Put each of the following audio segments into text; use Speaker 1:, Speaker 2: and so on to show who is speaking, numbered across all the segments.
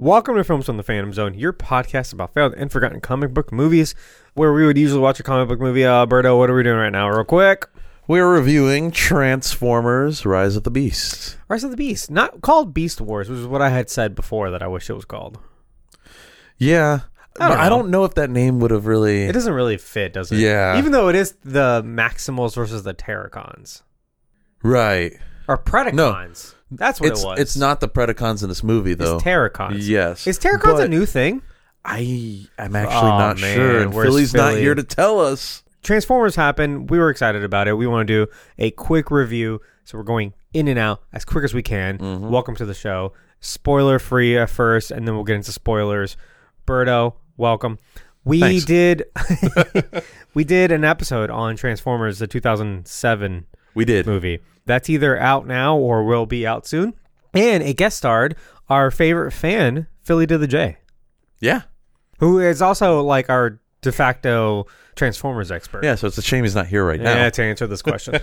Speaker 1: Welcome to Films from the Phantom Zone, your podcast about failed and forgotten comic book movies, where we would usually watch a comic book movie. Uh, Alberto, what are we doing right now, real quick?
Speaker 2: We're reviewing Transformers Rise of the Beasts.
Speaker 1: Rise of the Beast, not called Beast Wars, which is what I had said before that I wish it was called.
Speaker 2: Yeah.
Speaker 1: I don't
Speaker 2: I don't,
Speaker 1: know.
Speaker 2: I don't know if that name would have really.
Speaker 1: It doesn't really fit, does it?
Speaker 2: Yeah.
Speaker 1: Even though it is the Maximals versus the Terracons
Speaker 2: right.
Speaker 1: or Predacons. That's what
Speaker 2: It's,
Speaker 1: it was.
Speaker 2: it's not the Predacons in this movie, though.
Speaker 1: It's Terracons.
Speaker 2: Yes. Oh,
Speaker 1: Is Terracons a
Speaker 2: But-
Speaker 1: new thing?
Speaker 2: I, I'm actually
Speaker 1: Aw,
Speaker 2: not
Speaker 1: man,
Speaker 2: sure. And
Speaker 1: where's
Speaker 2: Philly's not
Speaker 1: Philly?
Speaker 2: here to tell us.
Speaker 1: Transformers happened. We were excited about it. We want to do a quick review. So we're going in and out as quick as we can.
Speaker 2: Mm-hmm.
Speaker 1: Welcome to the show. Spoiler free at first, and then we'll get into spoilers. Birdo, welcome. We
Speaker 2: Thanks.
Speaker 1: did we did an episode on Transformers, the 2007
Speaker 2: We did.
Speaker 1: movie. That's either out now or will be out soon. And it guest starred our favorite fan, Philly to the J,
Speaker 2: Yeah.
Speaker 1: who is also like our de facto Transformers expert.
Speaker 2: Yeah, so it's a shame he's not here right now.
Speaker 1: Yeah, to answer this question.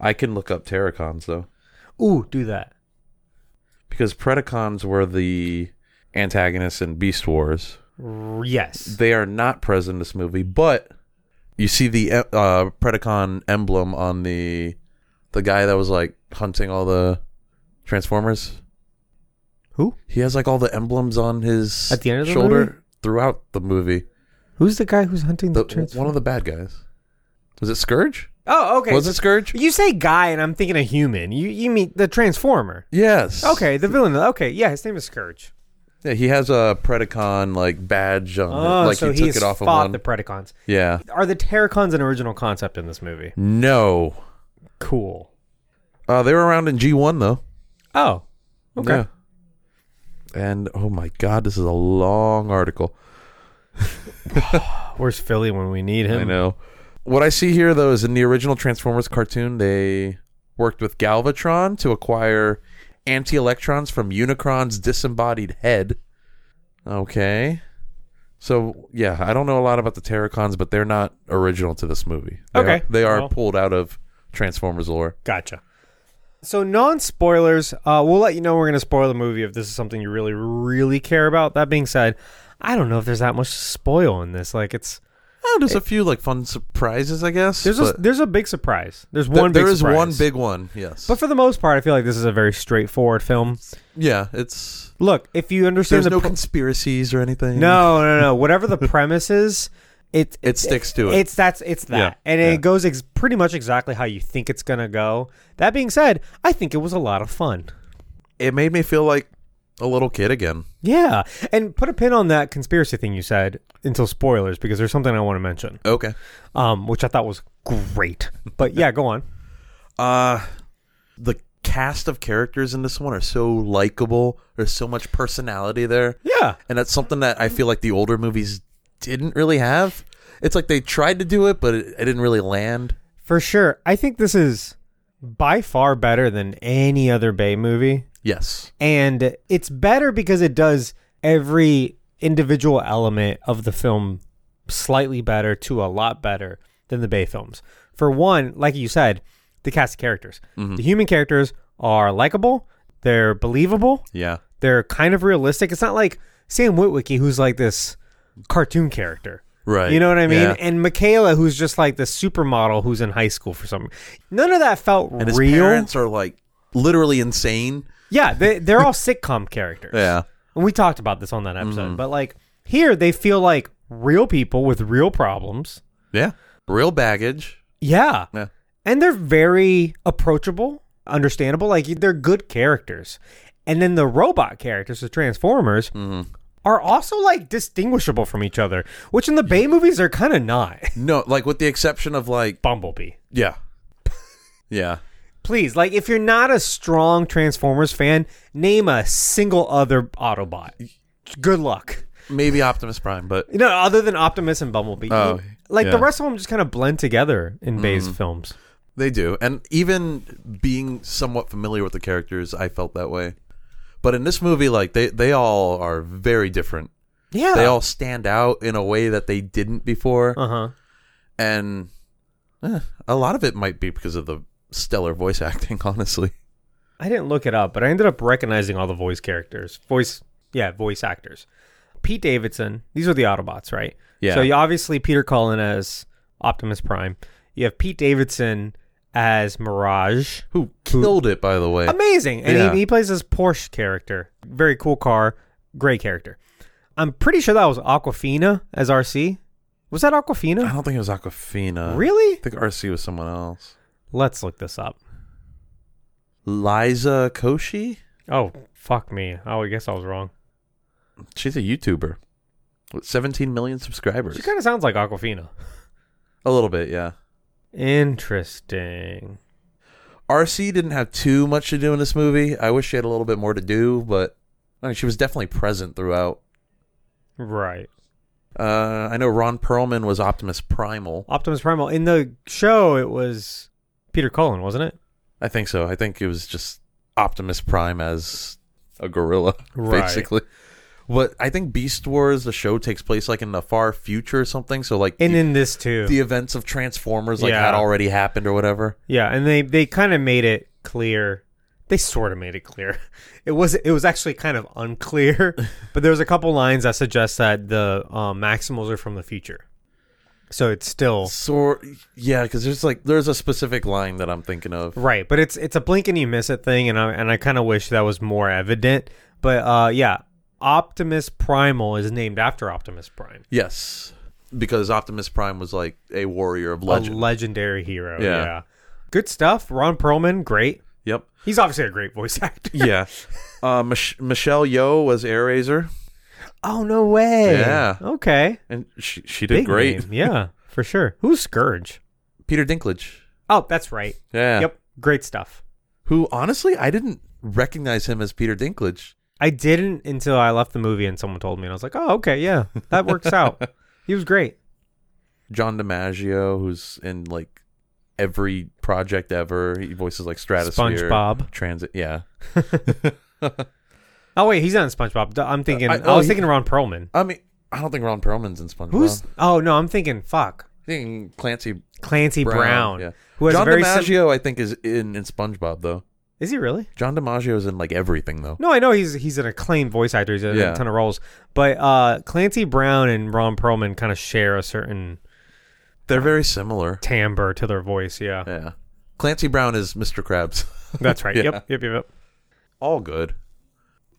Speaker 2: I can look up Terracons, though,
Speaker 1: Ooh, do that.
Speaker 2: because Predacons were the antagonists in Beast Wars.
Speaker 1: R- yes.
Speaker 2: they are not present in this movie, but you see the uh, Predacon emblem on the the guy that was like hunting all the Transformers.
Speaker 1: Who?
Speaker 2: He has like all the emblems on his
Speaker 1: At the end of the
Speaker 2: shoulder
Speaker 1: movie?
Speaker 2: throughout the movie.
Speaker 1: Who's the guy who's hunting
Speaker 2: The,
Speaker 1: the, transform?
Speaker 2: one of the bad guys. Was it Scourge?
Speaker 1: Oh, okay.
Speaker 2: Was it Scourge?
Speaker 1: you say guy, and I'm thinking a human. You you mean the transformer?
Speaker 2: Yes.
Speaker 1: Okay, the villain. Okay, yeah, his name is Scourge.
Speaker 2: Yeah, he has a Predacon like badge on.
Speaker 1: Oh,
Speaker 2: it. Um, Like
Speaker 1: so
Speaker 2: he took
Speaker 1: he's
Speaker 2: it off of
Speaker 1: fought
Speaker 2: one.
Speaker 1: the Predacons.
Speaker 2: yeah.
Speaker 1: Are the Terracons an original concept in this movie?
Speaker 2: No.
Speaker 1: Cool.
Speaker 2: Uh, they were around in G one though.
Speaker 1: Oh, okay.
Speaker 2: Yeah. And oh my god, this is a long article.
Speaker 1: Where's Philly when we need him?
Speaker 2: I know. What I see here though is in the original Transformers cartoon, they worked with Galvatron to acquire anti-electrons from Unicron's disembodied head. Okay. So yeah, I don't know a lot about the Terracons, but they're not original to this movie. They
Speaker 1: Okay.
Speaker 2: are- they are
Speaker 1: Well-
Speaker 2: pulled out of Transformers lore.
Speaker 1: Gotcha. So non spoilers, uh, we'll let you know we're going to spoil the movie if this is something you really, really care about. That being said, I don't know if there's that much to spoil in this. Like it's
Speaker 2: Oh, there's a few like fun surprises, I guess.
Speaker 1: there's a,
Speaker 2: but
Speaker 1: there's a big surprise. There's
Speaker 2: there-
Speaker 1: one.
Speaker 2: there
Speaker 1: big
Speaker 2: is
Speaker 1: surprise.
Speaker 2: one big one. Yes.
Speaker 1: But for the most part, I feel like this is a very straightforward film.
Speaker 2: yeah, it's
Speaker 1: Look, if you understand
Speaker 2: There's
Speaker 1: the
Speaker 2: no
Speaker 1: pre-
Speaker 2: conspiracies or anything.
Speaker 1: no, no, no, whatever the premise is, it
Speaker 2: It sticks to it.
Speaker 1: It's that's it's that,
Speaker 2: Yeah,
Speaker 1: and
Speaker 2: yeah.
Speaker 1: it goes ex- pretty much exactly how you think it's gonna go. That being said, I think it was a lot of fun.
Speaker 2: It made me feel like a little kid again.
Speaker 1: Yeah, and put a pin on that conspiracy thing you said until spoilers because there's something I want to mention,
Speaker 2: Okay.
Speaker 1: um, which I thought was great. But yeah, go on.
Speaker 2: Uh the cast of characters in this one are so likable. There's so much personality there.
Speaker 1: Yeah,
Speaker 2: And that's something that I feel like the older movies didn't really have. It's like they tried to do it, but it, it didn't really land.
Speaker 1: for sure. I think this is by far better than any other Bay movie.
Speaker 2: Yes.
Speaker 1: and it's better because it does every individual element of the film slightly better to a lot better than the Bay films. For one, like you said, the cast of characters. The human characters are likable, they're believable,
Speaker 2: Yeah.
Speaker 1: they're kind of realistic. It's not like Sam Witwicky who's like this cartoon character.
Speaker 2: Right.
Speaker 1: You know what I mean?
Speaker 2: Yeah.
Speaker 1: And Michaela who's just like the supermodel who's in high school for some none of that felt
Speaker 2: And his
Speaker 1: real.
Speaker 2: parents are like literally insane.
Speaker 1: Yeah, they they're all sitcom characters.
Speaker 2: Yeah. Mm-hmm.
Speaker 1: And we talked about this on that episode, but like here they feel like real people with real problems.
Speaker 2: Yeah. Real baggage.
Speaker 1: Yeah.
Speaker 2: Yeah.
Speaker 1: And they're very approachable, understandable, like they're good characters. And then the robot characters, the Transformers,
Speaker 2: Mm-hmm.
Speaker 1: are also like distinguishable from each other, which in the Bay movies are kind of not.
Speaker 2: No, like with the exception of like
Speaker 1: Bumblebee.
Speaker 2: Yeah. Yeah.
Speaker 1: Please, like if you're not a strong Transformers fan, name a single other Autobot. Good luck.
Speaker 2: Maybe Optimus Prime, but
Speaker 1: No, other than Optimus and Bumblebee.
Speaker 2: Oh,
Speaker 1: like the
Speaker 2: yeah. Mm-hmm.
Speaker 1: rest of them just kind of blend together in Bay's films.
Speaker 2: They do. And even being somewhat familiar with the characters, I felt that way. But in this movie, like they, they all are very different.
Speaker 1: Yeah.
Speaker 2: They all stand out in a way that they didn't before.
Speaker 1: Uh huh.
Speaker 2: And eh, a lot of it might be because of the stellar voice acting, honestly.
Speaker 1: I didn't look it up, but I ended up recognizing all the voice characters, voice yeah, voice actors. Pete Davidson. These are the Autobots, right?
Speaker 2: Yeah.
Speaker 1: So you obviously Peter Cullen as Optimus Prime. You have Pete Davidson as Mirage.
Speaker 2: Who killed it, by the way?
Speaker 1: Amazing. And
Speaker 2: Yeah.
Speaker 1: he, he plays this Porsche character. Very cool car. Great character. I'm pretty sure that was Aquafina as RC. Was that
Speaker 2: I
Speaker 1: Aquafina?
Speaker 2: don't think it was Aquafina. I
Speaker 1: Really?
Speaker 2: think RC was someone else.
Speaker 1: Let's look this up.
Speaker 2: Liza Koshy?
Speaker 1: Oh, fuck me. Oh, I guess I was wrong.
Speaker 2: She's a YouTuber with 17 million subscribers.
Speaker 1: She kind of sounds like Aquafina.
Speaker 2: a little bit, yeah.
Speaker 1: Interesting.
Speaker 2: RC didn't have too much to do in this movie. I wish she had a little bit more to do, but I mean, she was definitely present throughout.
Speaker 1: Right.
Speaker 2: Uh, I know Ron Perlman was Optimus Primal.
Speaker 1: Optimus Primal. In the show, it was Peter Cullen, wasn't it?
Speaker 2: I think so. I think it was just Optimus Prime as a gorilla,
Speaker 1: Right.
Speaker 2: basically. But I think Beast Wars, the show takes place like in the far future or something. So like
Speaker 1: And
Speaker 2: the,
Speaker 1: in this too.
Speaker 2: the events of Transformers like
Speaker 1: Yeah.
Speaker 2: had already happened or whatever.
Speaker 1: Yeah, and they they kind of made it clear. They sort of made it clear. It was it was actually kind of unclear, but there was a couple lines that suggest that the um, Maximals are from the future. So it's still
Speaker 2: So yeah, because there's like there's a specific line that I'm thinking of.
Speaker 1: right, but it's it's a blink and you miss it thing, and I and I kind of wish that was more evident. But uh, yeah, Optimus Primal is named after Optimus Prime,
Speaker 2: Yes, because Optimus Prime was like a warrior of legend.
Speaker 1: a legendary hero.
Speaker 2: Yeah.
Speaker 1: yeah, good stuff. Ron Perlman, great.
Speaker 2: Oh, yep.
Speaker 1: He's obviously a great voice actor.
Speaker 2: Yeah. uh, Mich- Michelle Yeoh was Air Razor,
Speaker 1: Oh no way.
Speaker 2: Yeah.
Speaker 1: Okay.
Speaker 2: and she she did great.
Speaker 1: name, yeah, for sure. Who's Scourge?
Speaker 2: Peter Dinklage.
Speaker 1: Oh, that's right.
Speaker 2: Yeah.
Speaker 1: Yep, great stuff.
Speaker 2: Who honestly I didn't recognize him as Peter Dinklage.
Speaker 1: I didn't until I left the movie and someone told me, and I was like, oh, okay, yeah, that works out. He was great.
Speaker 2: John DiMaggio, who's in like every project ever. He voices like Stratosphere,
Speaker 1: SpongeBob.
Speaker 2: Transit. Yeah.
Speaker 1: Oh wait, he's not in SpongeBob. Duh, I'm thinking.
Speaker 2: Uh,
Speaker 1: I,
Speaker 2: I- oh,
Speaker 1: was
Speaker 2: he-
Speaker 1: thinking Ron Perlman.
Speaker 2: I mean, I don't think Ron Perlman's in SpongeBob.
Speaker 1: Who's? Oh no, I'm thinking fuck
Speaker 2: I think Clancy
Speaker 1: Clancy
Speaker 2: Brown.
Speaker 1: Brown.
Speaker 2: Yeah.
Speaker 1: Who has
Speaker 2: John
Speaker 1: a very sim-
Speaker 2: DiMaggio, I think, is in, in SpongeBob though.
Speaker 1: is he really?
Speaker 2: John DiMaggio is in like everything though.
Speaker 1: No, I know he's he's an acclaimed voice actor. He's in
Speaker 2: Yeah.
Speaker 1: a ton of roles, but uh, Clancy Brown and Ron Perlman kind of share a certain
Speaker 2: They're very similar.
Speaker 1: timbre to their voice. Yeah,
Speaker 2: Yeah. Clancy Brown is Mr. Krabs.
Speaker 1: that's right.
Speaker 2: Yeah.
Speaker 1: Yep, yep, yep, yep.
Speaker 2: All good.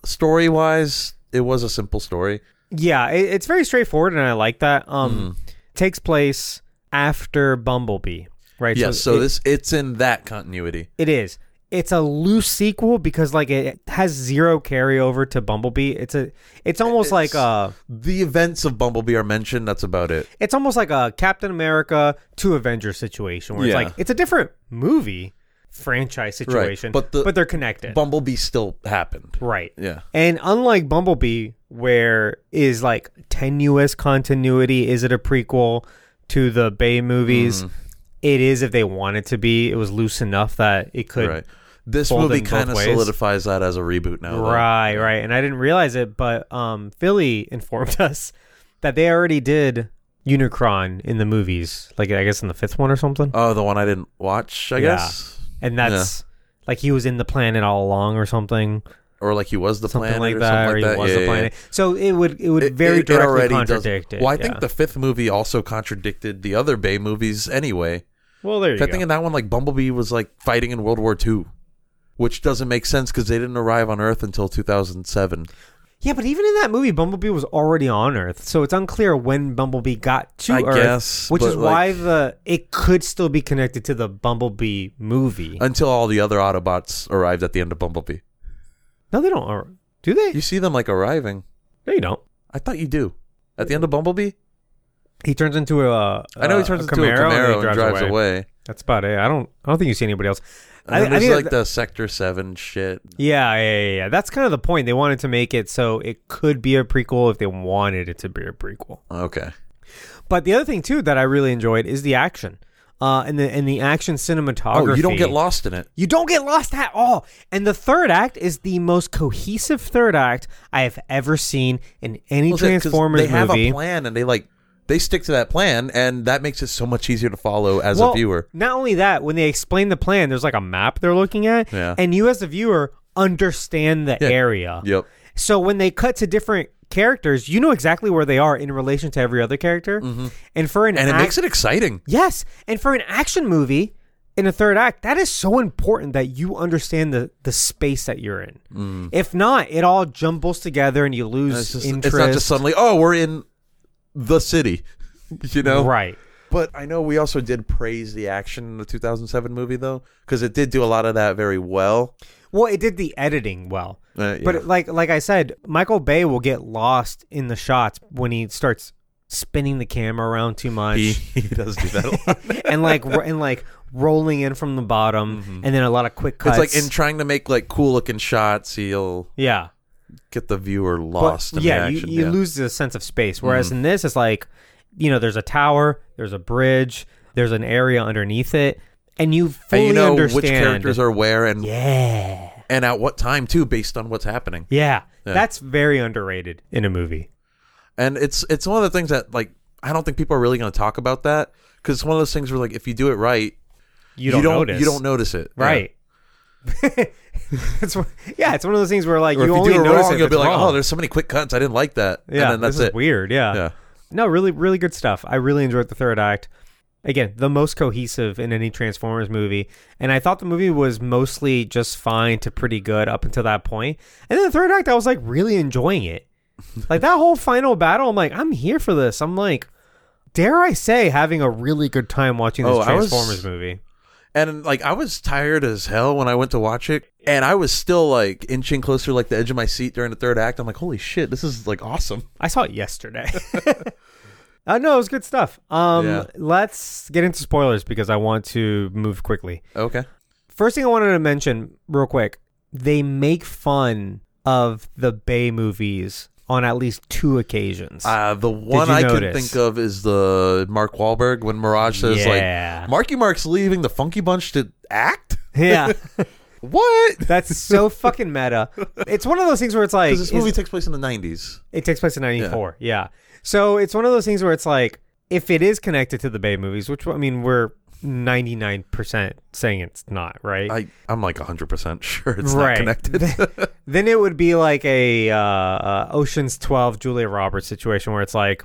Speaker 2: Story wise, it was a simple story.
Speaker 1: Yeah, it, it's very straightforward, and I like that. Um,
Speaker 2: Mm-hmm.
Speaker 1: takes place after Bumblebee, right?
Speaker 2: Yes, so
Speaker 1: it-
Speaker 2: this it's in that continuity.
Speaker 1: it is. It's a loose sequel because like it has zero carryover to Bumblebee. It's a, it's almost like uh
Speaker 2: The events of Bumblebee are mentioned, that's about it.
Speaker 1: it's almost like a Captain America to Avengers situation where
Speaker 2: Yeah.
Speaker 1: it's like it's a different movie franchise situation,
Speaker 2: but the-
Speaker 1: but they're connected,
Speaker 2: Bumblebee still happened.
Speaker 1: right?
Speaker 2: Yeah.
Speaker 1: And unlike Bumblebee, where is like tenuous continuity, is it a prequel to the Bay movies?
Speaker 2: Mm-hmm.
Speaker 1: It is if they want it to be. It was loose enough that it could.
Speaker 2: Right. This
Speaker 1: Fold
Speaker 2: movie
Speaker 1: in both
Speaker 2: kind of
Speaker 1: ways.
Speaker 2: solidifies that as a reboot now. though.
Speaker 1: Right, right. And I didn't realize it, but um, Philly informed us that they already did Unicron in the movies, like I guess in the fifth one or something.
Speaker 2: Oh, the one I didn't watch, I
Speaker 1: Yeah.
Speaker 2: guess.
Speaker 1: and that's like he was in the planet all along or something,
Speaker 2: Or like he was the
Speaker 1: something
Speaker 2: planet
Speaker 1: like
Speaker 2: or
Speaker 1: that,
Speaker 2: something
Speaker 1: or
Speaker 2: like
Speaker 1: he
Speaker 2: that.
Speaker 1: was
Speaker 2: Yeah,
Speaker 1: the
Speaker 2: yeah, yeah.
Speaker 1: planet. So it would it would
Speaker 2: It-
Speaker 1: very
Speaker 2: it- it
Speaker 1: directly
Speaker 2: already does-
Speaker 1: contradict it.
Speaker 2: Well, I
Speaker 1: yeah.
Speaker 2: think the fifth movie also contradicted the other Bay movies anyway.
Speaker 1: well there you
Speaker 2: I
Speaker 1: go.
Speaker 2: think in that one, like Bumblebee was like fighting in World War II, which doesn't make sense because they didn't arrive on Earth until 2007.
Speaker 1: Yeah, but even in that movie, Bumblebee was already on Earth, so it's unclear when Bumblebee got to
Speaker 2: I
Speaker 1: Earth,
Speaker 2: guess,
Speaker 1: which
Speaker 2: but,
Speaker 1: is
Speaker 2: like-
Speaker 1: why the it could still be connected to the Bumblebee movie.
Speaker 2: Until all the other Autobots arrived at the end of Bumblebee.
Speaker 1: no, they don't. or- Do they?
Speaker 2: You see them like arriving.
Speaker 1: they don't.
Speaker 2: I thought you do. At the end of Bumblebee,
Speaker 1: He turns into a. uh,
Speaker 2: I know he
Speaker 1: a
Speaker 2: turns into
Speaker 1: Camaro
Speaker 2: a Camaro
Speaker 1: then
Speaker 2: and drives, away.
Speaker 1: That's about it. I don't. I don't think you see anybody else.
Speaker 2: And
Speaker 1: I,
Speaker 2: then
Speaker 1: I
Speaker 2: there's
Speaker 1: think
Speaker 2: like
Speaker 1: that-
Speaker 2: the Sector Seven shit.
Speaker 1: Yeah, yeah, yeah, yeah. That's kind of the point. They wanted to make it so it could be a prequel if they wanted it to be a prequel.
Speaker 2: Okay,
Speaker 1: But the other thing too that I really enjoyed is the action, uh, and the and the action cinematography.
Speaker 2: oh, you don't get lost in it.
Speaker 1: You don't get lost at all. And the third act is the most cohesive third act I have ever seen in any
Speaker 2: Well, 'cause
Speaker 1: Transformers
Speaker 2: They have
Speaker 1: movie.
Speaker 2: a plan, and they like they stick to that plan, and that makes it so much easier to follow as
Speaker 1: well,
Speaker 2: a viewer.
Speaker 1: Not only that, when they explain the plan, there's like a map they're looking at,
Speaker 2: Yeah.
Speaker 1: and you as a viewer understand the area.
Speaker 2: Yep.
Speaker 1: So when they cut to different characters, you know exactly where they are in relation to every other character. And for an
Speaker 2: Mm-hmm. and it
Speaker 1: act-
Speaker 2: makes it exciting.
Speaker 1: Yes, and for an action movie in a third act, that is so important that you understand the the space that you're in. If not, it all jumbles together and you lose
Speaker 2: Mm. It's, just,
Speaker 1: interest.
Speaker 2: it's not just suddenly, oh, we're in the city, you know?
Speaker 1: right.
Speaker 2: But I know we also did praise the action in the 2007 movie, though, because it did do a lot of that very well.
Speaker 1: Well, it did the editing well,
Speaker 2: Uh,
Speaker 1: but
Speaker 2: yeah.
Speaker 1: like like I said, Michael Bay will get lost in the shots when he starts spinning the camera around too much.
Speaker 2: He, he does do that a lot.
Speaker 1: and like ro- and like rolling in from the bottom, and then a lot of quick
Speaker 2: Mm-hmm. it's
Speaker 1: cuts.
Speaker 2: like in trying to make like cool looking shots, he'll
Speaker 1: yeah,
Speaker 2: get the viewer
Speaker 1: But,
Speaker 2: lost in
Speaker 1: yeah,
Speaker 2: the
Speaker 1: you,
Speaker 2: action. Mm-hmm.
Speaker 1: you lose the sense of space. Whereas in this, it's like you know, there's a tower, there's a bridge, there's an area underneath it, and you fully
Speaker 2: and you know
Speaker 1: understand.
Speaker 2: which characters are where and
Speaker 1: yeah,
Speaker 2: and at what time too, based on what's happening.
Speaker 1: yeah,
Speaker 2: Yeah.
Speaker 1: that's very underrated in a movie.
Speaker 2: And it's it's one of the things that like I don't think people are really going to talk about that because it's one of those things where like if you do it right,
Speaker 1: You don't, notice.
Speaker 2: you don't notice it, Yeah.
Speaker 1: right? it's one- yeah, it's one of those things where like
Speaker 2: Or
Speaker 1: you
Speaker 2: if
Speaker 1: only
Speaker 2: you do it
Speaker 1: notice
Speaker 2: wrong,
Speaker 1: if
Speaker 2: you'll be
Speaker 1: it's
Speaker 2: like,
Speaker 1: wrong.
Speaker 2: oh, there's so many quick cuts, I didn't like that,
Speaker 1: yeah,
Speaker 2: and then that's
Speaker 1: this is
Speaker 2: it.
Speaker 1: weird.
Speaker 2: Yeah,
Speaker 1: No, really, really good stuff. I really enjoyed the third act. Again, the most cohesive in any Transformers movie. And I thought the movie was mostly just fine to pretty good up until that point. And then the third act, I was like really enjoying it. Like that whole final battle, I'm like, I'm here for this. I'm like, dare I say, having a really good time watching this
Speaker 2: Oh, I was-
Speaker 1: Transformers movie.
Speaker 2: and like I was tired as hell when I went to watch it, and I was still like inching closer, like the edge of my seat during the third act. I'm like, holy shit, this is like awesome.
Speaker 1: I saw it yesterday. I know it was good stuff. Um,
Speaker 2: Yeah.
Speaker 1: Let's get into spoilers because I want to move quickly.
Speaker 2: Okay,
Speaker 1: First thing I wanted to mention, real quick, they make fun of the Bay movies on at least two occasions.
Speaker 2: uh, the one
Speaker 1: you
Speaker 2: I can
Speaker 1: notice?
Speaker 2: think of is the Mark Wahlberg when Mirage says
Speaker 1: Yeah.
Speaker 2: like, Marky Mark's leaving the Funky Bunch to act.
Speaker 1: yeah,
Speaker 2: What?
Speaker 1: that's so fucking meta. It's one of those things where it's like
Speaker 2: Because this
Speaker 1: is-
Speaker 2: movie takes place in the 90s.
Speaker 1: it takes place in '94. Yeah. so it's one of those things where it's like if it is connected to the Bay movies, which I mean we're 99 percent saying it's not, right?
Speaker 2: I, I'm like 100% sure it's
Speaker 1: Right.
Speaker 2: not connected.
Speaker 1: then it would be like a uh, uh, Ocean's 12 Julia Roberts situation where it's like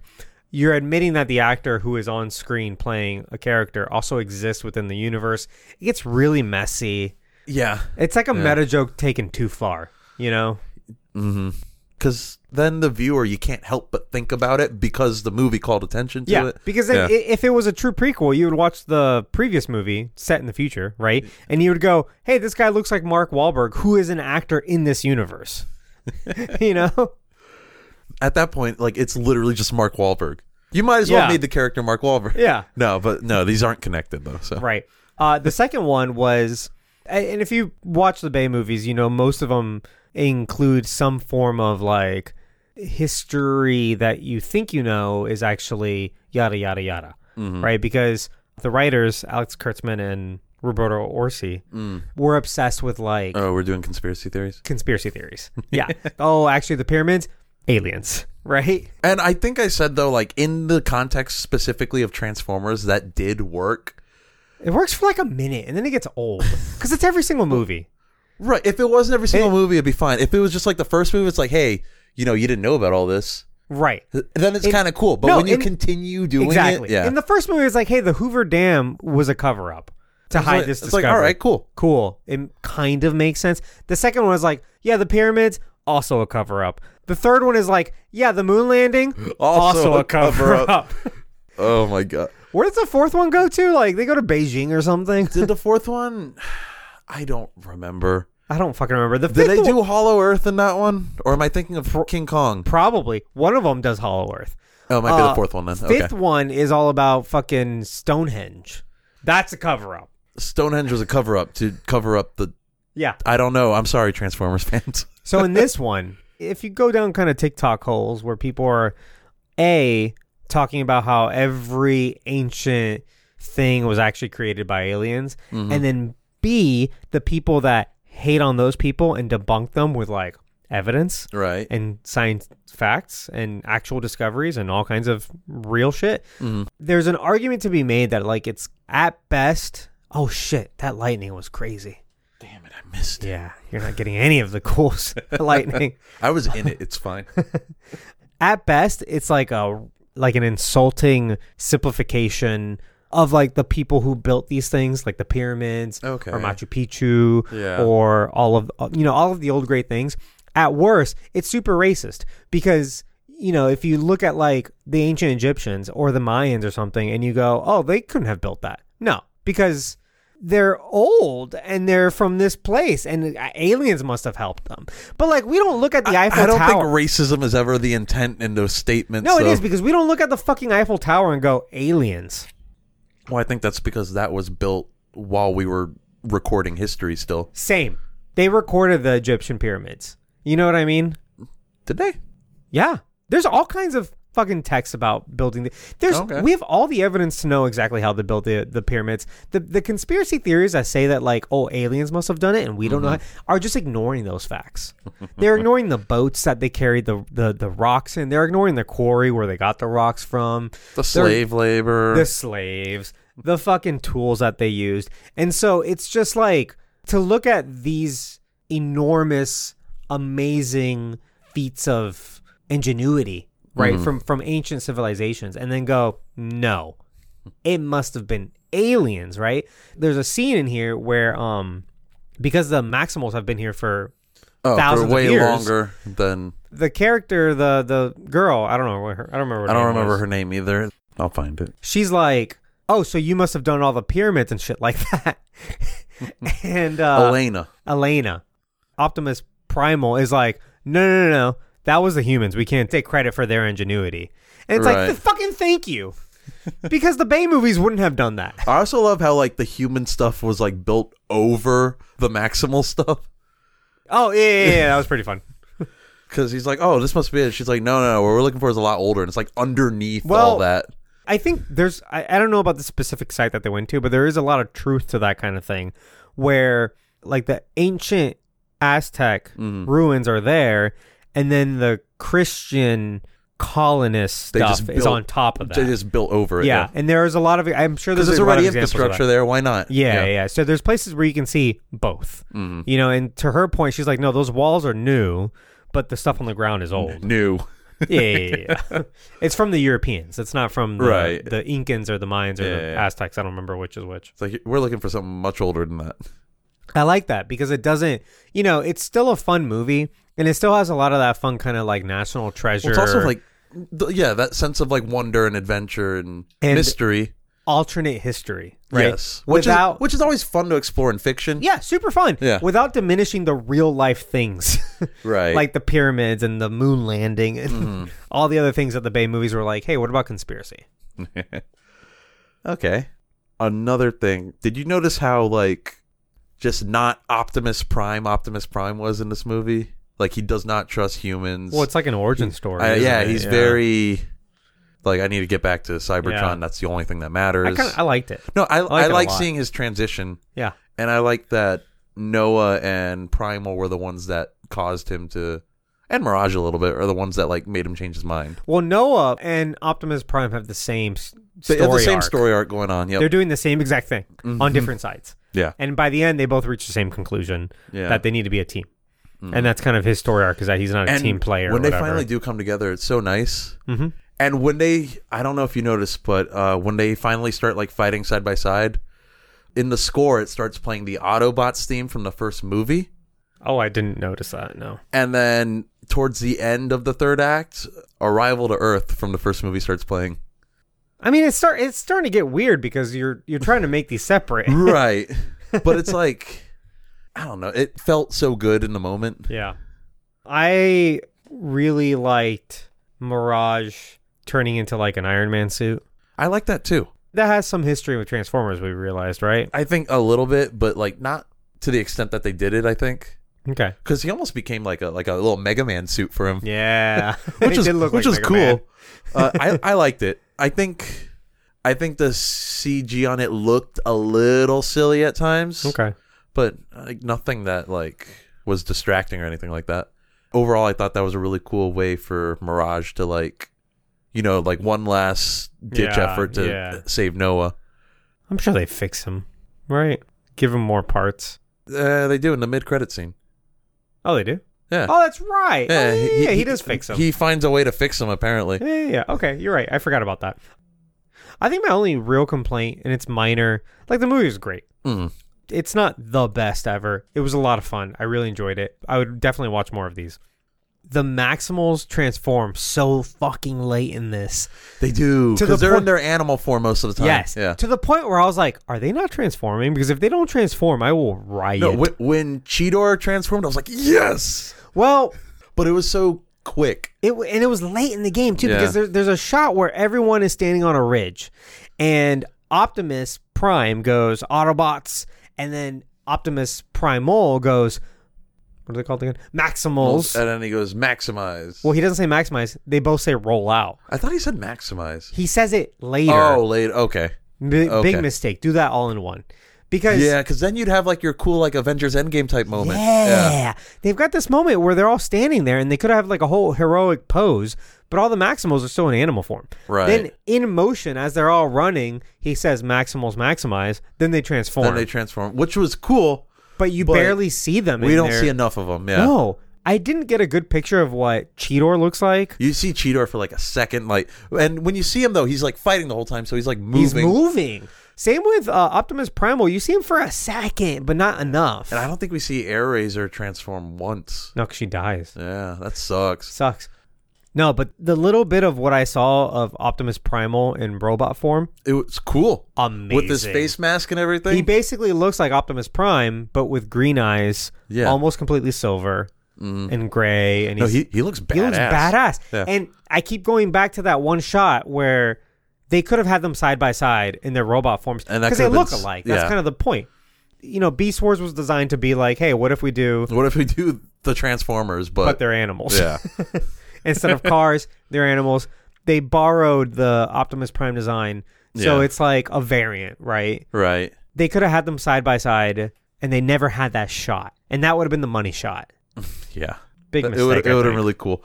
Speaker 1: you're admitting that the actor who is on screen playing a character also exists within the universe. It gets really messy.
Speaker 2: yeah.
Speaker 1: It's like a meta joke taken too far, you know?
Speaker 2: Because Mm-hmm. then the viewer, you can't help but think about it because the movie called attention to
Speaker 1: yeah,
Speaker 2: it.
Speaker 1: because i-
Speaker 2: Yeah.
Speaker 1: i- if it was a true prequel, you would watch the previous movie set in the future, right? And you would go, "Hey, this guy looks like Mark Wahlberg, who is an actor in this universe." you know?
Speaker 2: At that point, like, it's literally just Mark Wahlberg. You might as well
Speaker 1: Yeah.
Speaker 2: have made the character Mark Wahlberg.
Speaker 1: Yeah.
Speaker 2: No, but no, these aren't connected, though. So.
Speaker 1: Right. Uh, the second one was, and if you watch the Bay movies, you know most of them include some form of like history that you think you know is actually yada yada yada, right? Because the writers Alex Kurtzman and Roberto Orsi were obsessed with like
Speaker 2: Oh, we're doing conspiracy theories?
Speaker 1: conspiracy theories. Yeah. oh, actually, the pyramids, aliens, right?
Speaker 2: And I think I said, though, like, in the context specifically of Transformers, that did work.
Speaker 1: It works for like a minute, and then it gets old because it's every single movie.
Speaker 2: Right. If it wasn't every single movie, it'd be fine. If it was just like the first movie, it's like, hey, you know, you didn't know about all this.
Speaker 1: Right.
Speaker 2: Then it's
Speaker 1: In-
Speaker 2: kind of cool. But
Speaker 1: No,
Speaker 2: when you
Speaker 1: in-
Speaker 2: continue doing
Speaker 1: exactly.
Speaker 2: it, yeah.
Speaker 1: In the first movie, it's like, hey, the Hoover Dam was a cover up to hide
Speaker 2: like-
Speaker 1: this
Speaker 2: it's
Speaker 1: discovery.
Speaker 2: like, all right, cool.
Speaker 1: cool. It kind of makes sense. The second one is like, yeah, the pyramids also a cover up. The third one is like, yeah, the moon landing also, a, cover up.
Speaker 2: oh my god.
Speaker 1: Where does the fourth one go to? Like, they go to Beijing or something.
Speaker 2: Did the fourth one? I don't remember.
Speaker 1: I don't fucking remember. The
Speaker 2: Did
Speaker 1: fifth
Speaker 2: they
Speaker 1: one,
Speaker 2: do Hollow Earth in that one, or am I thinking of King Kong?
Speaker 1: probably one of them does Hollow Earth.
Speaker 2: Oh, it might be
Speaker 1: Uh,
Speaker 2: the fourth one then.
Speaker 1: Fifth
Speaker 2: okay.
Speaker 1: one is all about fucking Stonehenge. That's a cover up.
Speaker 2: Stonehenge was a cover up to cover up the.
Speaker 1: Yeah.
Speaker 2: I don't know. I'm sorry, Transformers fans.
Speaker 1: So in this one, if you go down kind of TikTok holes where people are a talking about how every ancient thing was actually created by aliens, and then b the people that hate on those people and debunk them with like evidence
Speaker 2: Right.
Speaker 1: and science facts and actual discoveries and all kinds of real shit. There's an argument to be made that like it's at best, oh shit, that lightning was crazy.
Speaker 2: Damn it! I missed. it.
Speaker 1: Yeah, you're not getting any of the cool lightning.
Speaker 2: I was in it. It's fine.
Speaker 1: At best, it's like a like an insulting simplification of like the people who built these things, like the pyramids
Speaker 2: Okay.
Speaker 1: or Machu Picchu
Speaker 2: Yeah.
Speaker 1: or all of uh, you know all of the old great things. At worst, it's super racist because you know if you look at like the ancient Egyptians or the Mayans or something, and you go, oh, they couldn't have built that. No, because they're old and they're from this place, and uh, aliens must have helped them. But like we don't look at the Eiffel
Speaker 2: I don't
Speaker 1: Tower.
Speaker 2: think racism is ever the intent in those statements.
Speaker 1: no, it
Speaker 2: of-
Speaker 1: is because we don't look at the fucking Eiffel Tower and go aliens.
Speaker 2: Well, I think that's because that was built while we were recording history still.
Speaker 1: Same. They recorded the Egyptian pyramids. You know what I mean?
Speaker 2: Did they?
Speaker 1: Yeah. There's all kinds of fucking texts about building the there's
Speaker 2: Okay.
Speaker 1: we have all the evidence to know exactly how they built the, the pyramids. The the conspiracy theories that say that like, oh, aliens must have done it and we don't know how- are just ignoring those facts. They're ignoring the boats that they carried the, the the rocks in. They're ignoring the quarry where they got the rocks from
Speaker 2: The slave labor.
Speaker 1: the slaves, the fucking tools that they used. And so it's just like to look at these enormous, amazing feats of ingenuity, right?
Speaker 2: Mm-hmm.
Speaker 1: From from ancient civilizations and then go, no. It must have been aliens, right? There's a scene in here where um because the Maximals have been here for
Speaker 2: oh,
Speaker 1: thousands
Speaker 2: for
Speaker 1: of
Speaker 2: way
Speaker 1: years.
Speaker 2: longer than
Speaker 1: the character, the the girl, I don't know what her I don't remember what
Speaker 2: I
Speaker 1: her name
Speaker 2: don't
Speaker 1: was.
Speaker 2: remember her name either. I'll find it.
Speaker 1: she's like, "Oh, so you must have done all the pyramids and shit like that." and uh,
Speaker 2: Elena.
Speaker 1: Elena, Optimus Primal is like, "No, no, no, no, that was the humans. We can't take credit for their ingenuity." And it's
Speaker 2: Right.
Speaker 1: like, "Fucking thank you," because the Bay movies wouldn't have done that.
Speaker 2: I also love how like the human stuff was like built over the maximal stuff.
Speaker 1: Oh yeah, yeah, yeah, that was pretty fun.
Speaker 2: Because he's like, oh, this must be it. She's like, no, no, no. What we're looking for is a lot older. And it's like underneath all
Speaker 1: Well-
Speaker 2: that.
Speaker 1: I think there's I, I don't know about the specific site that they went to, but there is a lot of truth to that kind of thing where like the ancient Aztec
Speaker 2: Mm-hmm.
Speaker 1: ruins are there and then the Christian colonist
Speaker 2: They just
Speaker 1: stuff is
Speaker 2: built-
Speaker 1: on top of that.
Speaker 2: They just built over it.
Speaker 1: yeah, and there is a lot of I'm sure
Speaker 2: Because
Speaker 1: there's
Speaker 2: there's
Speaker 1: a lot of examples
Speaker 2: already
Speaker 1: of that.
Speaker 2: infrastructure there. Why not?
Speaker 1: Yeah, yeah, So there's places where you can see both.
Speaker 2: Mm-hmm.
Speaker 1: You know, and to her point, she's like, "No, those walls are new, but the stuff on the ground
Speaker 2: Mm.
Speaker 1: is old."
Speaker 2: New.
Speaker 1: yeah, yeah, yeah, yeah. it's from the Europeans. It's not from the,
Speaker 2: Right.
Speaker 1: the Incans or the Mayans or
Speaker 2: Yeah,
Speaker 1: the
Speaker 2: yeah, yeah.
Speaker 1: Aztecs. I don't remember which is which.
Speaker 2: It's like, we're looking for something much older than that.
Speaker 1: I like that because it doesn't, you know, it's still a fun movie and it still has a lot of that fun kind of like national treasure.
Speaker 2: Well, it's also like, th- yeah, that sense of like wonder and adventure and,
Speaker 1: And-
Speaker 2: mystery.
Speaker 1: alternate history, right?
Speaker 2: Yes, which
Speaker 1: Without,
Speaker 2: is which is always fun to explore in fiction.
Speaker 1: yeah, super fun.
Speaker 2: Yeah.
Speaker 1: Without diminishing the real life things.
Speaker 2: right. Mm-hmm.
Speaker 1: Like the pyramids and the moon landing and all the other things that the Bay movies were like, hey, what about conspiracy?
Speaker 2: okay. Another thing. Did you notice how like just not Optimus Prime Optimus Prime was in this movie? Like he does not trust humans.
Speaker 1: Well, it's like an origin story.
Speaker 2: I-
Speaker 1: isn't
Speaker 2: yeah,
Speaker 1: it?
Speaker 2: he's very like I need to get back to Cybertron.
Speaker 1: Yeah.
Speaker 2: That's the only thing that matters.
Speaker 1: I, kinda, I liked it.
Speaker 2: no, I I
Speaker 1: like
Speaker 2: like,
Speaker 1: it a lot.
Speaker 2: seeing his transition,
Speaker 1: Yeah.
Speaker 2: and I like that Noah and Primal were the ones that caused him to, and Mirage a little bit, are the ones that like made him change his mind.
Speaker 1: Well, Noah and Optimus Prime have the same s-
Speaker 2: They
Speaker 1: story.
Speaker 2: have the same
Speaker 1: arc.
Speaker 2: story arc Mm-hmm. going on. Yep.
Speaker 1: They're doing the same exact thing on different sides.
Speaker 2: yeah.
Speaker 1: And by the end, they both reach the same conclusion
Speaker 2: Yeah. Mm.
Speaker 1: that they need to be a team. And that's kind of his story arc is that he's not a team player.
Speaker 2: When
Speaker 1: or
Speaker 2: they
Speaker 1: whatever.
Speaker 2: finally do come together, it's so nice. Mm-hmm. And when they, I don't know if you noticed, but uh, when they finally start like fighting side by side, in the score it starts playing the Autobots theme from the first movie,
Speaker 1: oh, I didn't notice that. No.
Speaker 2: and then towards the end of the third act, Arrival to Earth from the first movie starts playing.
Speaker 1: I mean, it's start it's starting to get weird because you're you're trying to make these separate.
Speaker 2: right, but it's like. I don't know. It felt so good in the moment.
Speaker 1: yeah. I really liked Mirage turning into like an Iron Man suit.
Speaker 2: I like that too.
Speaker 1: That has some history with Transformers. We realized, right?
Speaker 2: I think a little bit, but like not to the extent that they did it. I think
Speaker 1: Okay.
Speaker 2: because he almost became like a like a little Mega Man suit for him.
Speaker 1: Yeah.
Speaker 2: which
Speaker 1: It
Speaker 2: is
Speaker 1: did look
Speaker 2: which
Speaker 1: like
Speaker 2: is
Speaker 1: Mega Man.
Speaker 2: cool. Uh, I I liked it. I think I think the CG on it looked a little silly at times.
Speaker 1: Okay.
Speaker 2: but like nothing that like was distracting or anything like that. Overall, I thought that was a really cool way for Mirage to like, you know, like one last ditch
Speaker 1: Yeah,
Speaker 2: effort to
Speaker 1: yeah.
Speaker 2: save Noah.
Speaker 1: I'm sure they fix him, right? Give him more parts.
Speaker 2: Uh, they do in the mid-credit scene.
Speaker 1: Oh, they do.
Speaker 2: Yeah.
Speaker 1: Oh, that's right. Yeah, oh, yeah, yeah, he, does fix them.
Speaker 2: He finds a way to fix them, apparently.
Speaker 1: Yeah, yeah, yeah. Okay, you're right. I forgot about that. I think my only real complaint, and it's minor, like the movie was great.
Speaker 2: Mm.
Speaker 1: It's not the best ever. It was a lot of fun. I really enjoyed it. I would definitely watch more of these. The Maximals transform so fucking late in this.
Speaker 2: They do.
Speaker 1: To the
Speaker 2: Because they're
Speaker 1: point-
Speaker 2: in their animal form most of the time.
Speaker 1: Yes.
Speaker 2: Yeah.
Speaker 1: To the point where I was like, are they not transforming? Because if they don't transform, I will riot.
Speaker 2: No, wh- when Cheetor transformed, I was like, yes!
Speaker 1: well,
Speaker 2: But it was so quick.
Speaker 1: It w- and it was late in the game too
Speaker 2: Yeah.
Speaker 1: because there, there's a shot where everyone is standing on a ridge, and Optimus Prime goes Autobots, and then Optimus Primal goes, what are they called again? Maximals.
Speaker 2: And then he goes, maximize.
Speaker 1: well, he doesn't say maximize. They both say roll out.
Speaker 2: I thought he said maximize.
Speaker 1: He says it later.
Speaker 2: Oh, later. Okay.
Speaker 1: B-
Speaker 2: okay.
Speaker 1: Big mistake. Do that all in one because
Speaker 2: Yeah, because then you'd have like your cool like Avengers Endgame type moment.
Speaker 1: Yeah. They've got this moment where they're all standing there and they could have like a whole heroic pose, but all the Maximals are still in animal form.
Speaker 2: Right.
Speaker 1: Then in motion, as they're all running, he says Maximals maximize, then they transform.
Speaker 2: Then they transform, which was cool.
Speaker 1: but you
Speaker 2: but
Speaker 1: barely see them.
Speaker 2: We
Speaker 1: in
Speaker 2: don't
Speaker 1: there.
Speaker 2: see enough of them. Yeah.
Speaker 1: No. I didn't get a good picture of what Cheetor looks like.
Speaker 2: You see Cheetor for like a second, like, and when you see him though, he's like fighting the whole time, so he's like moving.
Speaker 1: He's moving. Same with uh, Optimus Primal. You see him for a second, but not enough.
Speaker 2: And I don't think we see Air Razor transform once.
Speaker 1: No, 'cause she dies.
Speaker 2: Yeah, that sucks.
Speaker 1: Sucks. No, but the little bit of what I saw of Optimus Primal in robot form,
Speaker 2: It was cool.
Speaker 1: amazing.
Speaker 2: With his face mask and everything.
Speaker 1: he basically looks like Optimus Prime, but with green eyes,
Speaker 2: Yeah. Mm.
Speaker 1: almost completely silver and gray, and
Speaker 2: no,
Speaker 1: he's,
Speaker 2: he, he looks badass.
Speaker 1: he looks badass.
Speaker 2: Yeah.
Speaker 1: And I keep going back to that one shot where they could have had them side by side in their robot forms
Speaker 2: And that
Speaker 1: because
Speaker 2: could
Speaker 1: they
Speaker 2: have been
Speaker 1: look
Speaker 2: s-
Speaker 1: alike. That's
Speaker 2: yeah.
Speaker 1: kind of the point. You know, Beast Wars was designed to be like, hey, what if we do,
Speaker 2: What if we do the Transformers,
Speaker 1: but
Speaker 2: but,
Speaker 1: they're animals?
Speaker 2: yeah,
Speaker 1: instead of cars, they're animals. They borrowed the Optimus Prime design, so
Speaker 2: Yeah.
Speaker 1: it's like a variant, right?
Speaker 2: right?
Speaker 1: They could have had them side by side, and they never had that shot, and that would have been the money shot.
Speaker 2: Yeah,
Speaker 1: Big
Speaker 2: That-
Speaker 1: mistake.
Speaker 2: It would
Speaker 1: I
Speaker 2: have been
Speaker 1: think.
Speaker 2: really cool.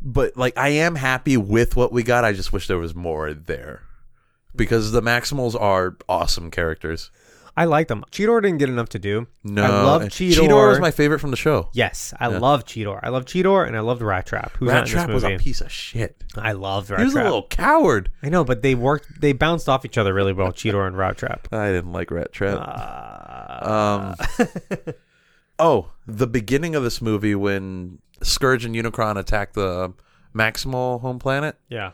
Speaker 2: But like, I am happy with what we got. I just wish there was more there because the Maximals are awesome characters.
Speaker 1: I like them. Cheetor didn't get enough to do.
Speaker 2: No,
Speaker 1: I love
Speaker 2: and
Speaker 1: Cheetor.
Speaker 2: Cheetor is my favorite from the show.
Speaker 1: yes. I love Cheetor. I love Cheetor, and I loved Rat Trap. Who's
Speaker 2: Rat
Speaker 1: not
Speaker 2: Trap
Speaker 1: in
Speaker 2: was
Speaker 1: this
Speaker 2: a
Speaker 1: movie?
Speaker 2: piece of shit.
Speaker 1: I loved Rat
Speaker 2: he was
Speaker 1: Trap.
Speaker 2: a little coward.
Speaker 1: I know, but they worked. They bounced off each other really well. Cheetor and Rat Trap.
Speaker 2: I didn't like Rat Trap.
Speaker 1: Uh,
Speaker 2: Um, oh, the beginning of this movie when Scourge and Unicron attack the Maximal home planet.
Speaker 1: yeah.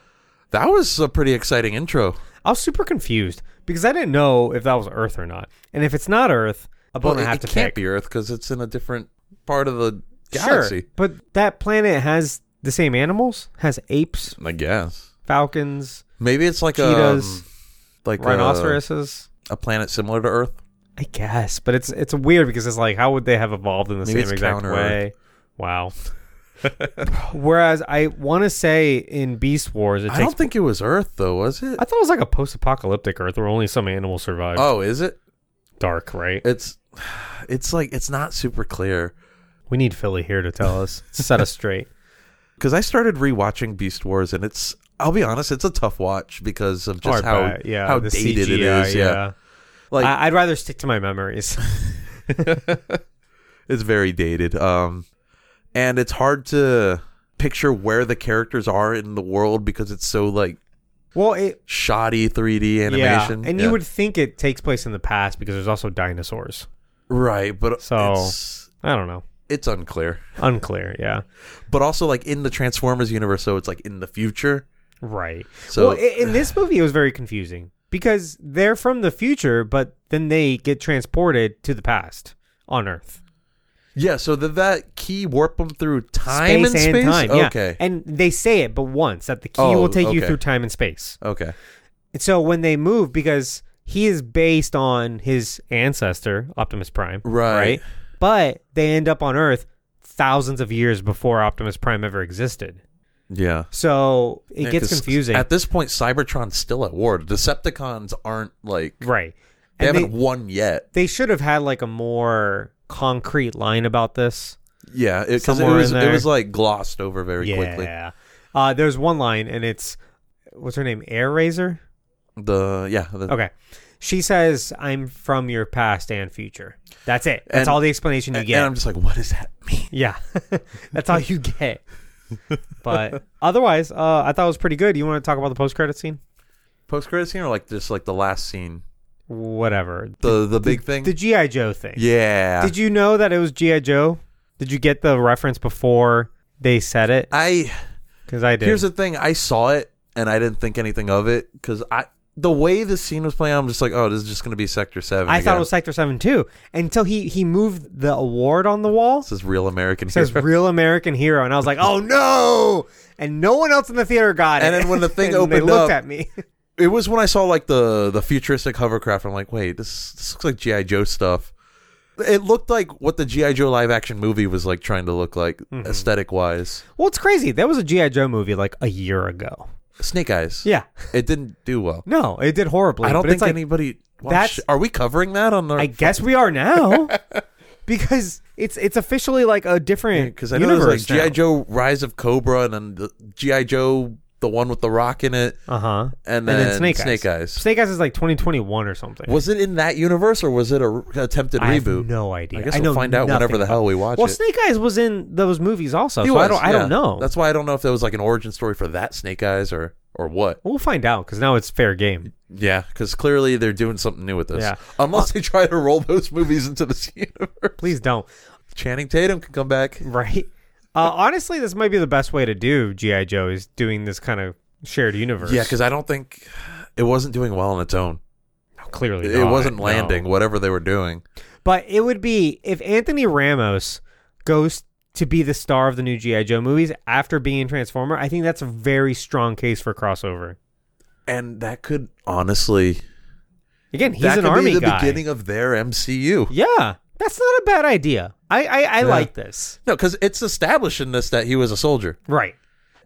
Speaker 2: That was a pretty exciting intro.
Speaker 1: I was super confused because I didn't know if that was Earth or not. And if it's not Earth, I'm
Speaker 2: Well,
Speaker 1: gonna
Speaker 2: it,
Speaker 1: have
Speaker 2: it
Speaker 1: to
Speaker 2: can't
Speaker 1: pick.
Speaker 2: be Earth because it's in a different part of the
Speaker 1: Sure,
Speaker 2: galaxy.
Speaker 1: but that planet has the same animals, has apes,
Speaker 2: I guess
Speaker 1: falcons,
Speaker 2: maybe it's like a
Speaker 1: cheetahs,
Speaker 2: um, like a-
Speaker 1: rhinoceroses.
Speaker 2: a, planet similar to Earth.
Speaker 1: I guess, but it's it's weird because it's like how would they have evolved in the
Speaker 2: Maybe
Speaker 1: same
Speaker 2: it's
Speaker 1: exact
Speaker 2: counter-
Speaker 1: way? Wow. Whereas I want to say in Beast Wars, it
Speaker 2: I
Speaker 1: takes.
Speaker 2: don't think it was Earth though, was it?
Speaker 1: I thought it was like a post-apocalyptic Earth where only some animals survived.
Speaker 2: oh, is it?
Speaker 1: Dark, right?
Speaker 2: It's it's like it's not super clear
Speaker 1: We need Philly here to tell us, set us straight.
Speaker 2: because I started rewatching Beast Wars and it's I'll be honest, it's a tough watch because of
Speaker 1: Hard
Speaker 2: just how
Speaker 1: bet, yeah,
Speaker 2: how
Speaker 1: the
Speaker 2: dated it
Speaker 1: CGI,
Speaker 2: is. Yeah, like
Speaker 1: I, I'd rather stick to my memories.
Speaker 2: it's very dated. Um, and it's hard to picture where the characters are in the world because it's so like
Speaker 1: well, it
Speaker 2: shoddy 3D animation.
Speaker 1: yeah, and you would think it takes place in the past because there's also dinosaurs.
Speaker 2: right, but
Speaker 1: So-
Speaker 2: it's
Speaker 1: I don't know,
Speaker 2: it's unclear.
Speaker 1: unclear. Yeah,
Speaker 2: But also like in the Transformers universe, so it's like in the future.
Speaker 1: right.
Speaker 2: So
Speaker 1: well, i in this movie, it was very confusing because they're from the future, but then they get transported to the past on Earth,
Speaker 2: yeah, so did that key warp them through time
Speaker 1: space and
Speaker 2: and space?
Speaker 1: time. yeah.
Speaker 2: okay,
Speaker 1: and they say it, but once that the key
Speaker 2: Oh,
Speaker 1: will take you
Speaker 2: okay.
Speaker 1: through time and space.
Speaker 2: okay,
Speaker 1: And so when they move, because he is based on his ancestor, Optimus Prime,
Speaker 2: Right.
Speaker 1: But they end up on Earth thousands of years before Optimus Prime ever existed.
Speaker 2: yeah.
Speaker 1: So it
Speaker 2: Yeah,
Speaker 1: gets
Speaker 2: 'cause
Speaker 1: confusing.
Speaker 2: At this point, Cybertron's still at war. The Decepticons aren't like
Speaker 1: right.
Speaker 2: they
Speaker 1: And they,
Speaker 2: haven't won yet.
Speaker 1: they should have had like a more concrete line about this.
Speaker 2: Yeah, because it,
Speaker 1: Somewhere in
Speaker 2: was it
Speaker 1: there.
Speaker 2: was like glossed over very quickly.
Speaker 1: yeah. Uh, there's one line, and it's what's her name? Air Razor?
Speaker 2: The yeah, the,
Speaker 1: Okay. She says, "I'm from your past and future." That's it. That's
Speaker 2: And-
Speaker 1: all the explanation you
Speaker 2: And,
Speaker 1: get.
Speaker 2: I'm just like, what does that mean?
Speaker 1: yeah, that's all you get. But otherwise, uh, I thought it was pretty good. You want to talk about the post credit scene?
Speaker 2: Post credit scene or like just like the last scene,
Speaker 1: Whatever.
Speaker 2: the the big thing.
Speaker 1: The GI Joe thing.
Speaker 2: yeah.
Speaker 1: Did you know that it was GI Joe? Did you get the reference before they said it?
Speaker 2: I
Speaker 1: Because I did.
Speaker 2: here's the thing. I saw it and I didn't think anything of it because I the way the scene was playing, I'm just like, oh, this is just gonna be Sector Seven.
Speaker 1: I thought
Speaker 2: again.
Speaker 1: it was Sector Seven too until he he moved the award on the wall.
Speaker 2: this is real American.
Speaker 1: It says
Speaker 2: hero.
Speaker 1: "Real American Hero," and I was like, "Oh no!" And no one else in the theater got
Speaker 2: And
Speaker 1: it.
Speaker 2: then when the
Speaker 1: And
Speaker 2: thing
Speaker 1: they
Speaker 2: opened
Speaker 1: looked
Speaker 2: up-
Speaker 1: at me.
Speaker 2: it was when I saw like the the futuristic hovercraft. I'm like, wait, this this looks like GI Joe stuff. It looked like what the GI Joe live action movie was like trying to look like
Speaker 1: Mm-hmm.
Speaker 2: aesthetic wise.
Speaker 1: well, it's crazy. That was a GI Joe movie like a year ago.
Speaker 2: Snake Eyes.
Speaker 1: Yeah,
Speaker 2: it didn't do well.
Speaker 1: no, it did horribly.
Speaker 2: I don't
Speaker 1: but
Speaker 2: think
Speaker 1: it's like,
Speaker 2: anybody. Watched,
Speaker 1: that's-
Speaker 2: are we covering that on the?
Speaker 1: I guess we are now because it's it's officially like a different
Speaker 2: Because I know there's like
Speaker 1: universe
Speaker 2: GI Joe Rise of Cobra and then the GI Joe the one with the rock in it
Speaker 1: Uh huh. And
Speaker 2: and then,
Speaker 1: then Snake Eyes.
Speaker 2: Snake Eyes.
Speaker 1: Snake Eyes is like 2021 or something.
Speaker 2: Was it in that universe or was it a r- attempted
Speaker 1: I have
Speaker 2: reboot?
Speaker 1: no idea.
Speaker 2: I guess
Speaker 1: I
Speaker 2: we'll
Speaker 1: know
Speaker 2: find out
Speaker 1: nothing
Speaker 2: whenever the
Speaker 1: about-
Speaker 2: hell we watch
Speaker 1: Well,
Speaker 2: it.
Speaker 1: Snake Eyes was in those movies also,
Speaker 2: He
Speaker 1: so I
Speaker 2: was,
Speaker 1: don't. I
Speaker 2: yeah.
Speaker 1: don't know.
Speaker 2: That's why I don't know if there was like an origin story for that Snake Eyes or or what.
Speaker 1: we'll find out because now it's fair game.
Speaker 2: Yeah, because clearly they're doing something new with this.
Speaker 1: Yeah.
Speaker 2: Unless they try to roll those movies into this universe.
Speaker 1: Please don't.
Speaker 2: Channing Tatum can come back.
Speaker 1: Right. Uh, honestly, this might be the best way to do GI Joe is doing this kind of shared universe.
Speaker 2: Yeah, because I don't think it wasn't doing well on its own.
Speaker 1: clearly
Speaker 2: It
Speaker 1: not,
Speaker 2: wasn't
Speaker 1: no.
Speaker 2: landing whatever they were doing.
Speaker 1: But it would be if Anthony Ramos goes to be the star of the new GI Joe movies after being Transformer. I think that's a very strong case for crossover.
Speaker 2: And that could honestly
Speaker 1: Again, he's
Speaker 2: that
Speaker 1: an
Speaker 2: could
Speaker 1: army
Speaker 2: be the
Speaker 1: guy.
Speaker 2: beginning of their MCU.
Speaker 1: Yeah, that's not a bad idea. I I, I like this.
Speaker 2: No, because it's establishing this that he was a soldier,
Speaker 1: Right.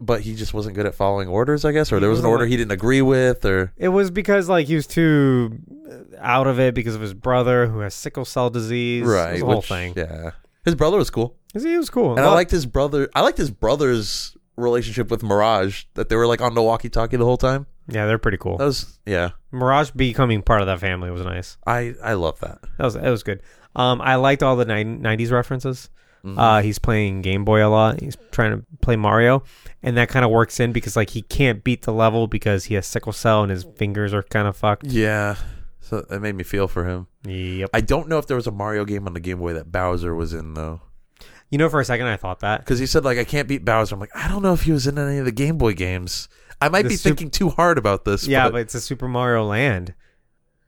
Speaker 2: but he just wasn't good at following orders, I guess, or there was an
Speaker 1: wasn't
Speaker 2: order
Speaker 1: like-
Speaker 2: he didn't agree with, or
Speaker 1: It was because like he was too uh, out of it because of his brother who has sickle cell disease. It was the whole
Speaker 2: which-
Speaker 1: thing.
Speaker 2: Yeah, his brother was cool,
Speaker 1: He was cool.
Speaker 2: and I
Speaker 1: Well,
Speaker 2: liked his brother. I liked his brother's relationship with Mirage that they were like on the walkie-talkie the whole time.
Speaker 1: Yeah, they're pretty cool.
Speaker 2: That was yeah,
Speaker 1: Mirage becoming part of that family was nice.
Speaker 2: I I love that.
Speaker 1: That was that was good. Um, I liked all the nine- '90s references.
Speaker 2: Mm-hmm.
Speaker 1: Uh, he's playing Game Boy a lot. He's trying to play Mario, and that kind of works in because like he can't beat the level because he has sickle cell and his fingers are kind of fucked.
Speaker 2: Yeah, so it made me feel for him.
Speaker 1: Yep.
Speaker 2: I don't know if there was a Mario game on the Game Boy that Bowser was in though.
Speaker 1: You know, for a second I thought that.
Speaker 2: because he said like I can't beat Bowser. I'm like I don't know if he was in any of the Game Boy games. I might
Speaker 1: The
Speaker 2: be
Speaker 1: Sup-
Speaker 2: thinking too hard about this.
Speaker 1: Yeah, but it's a Super Mario Land,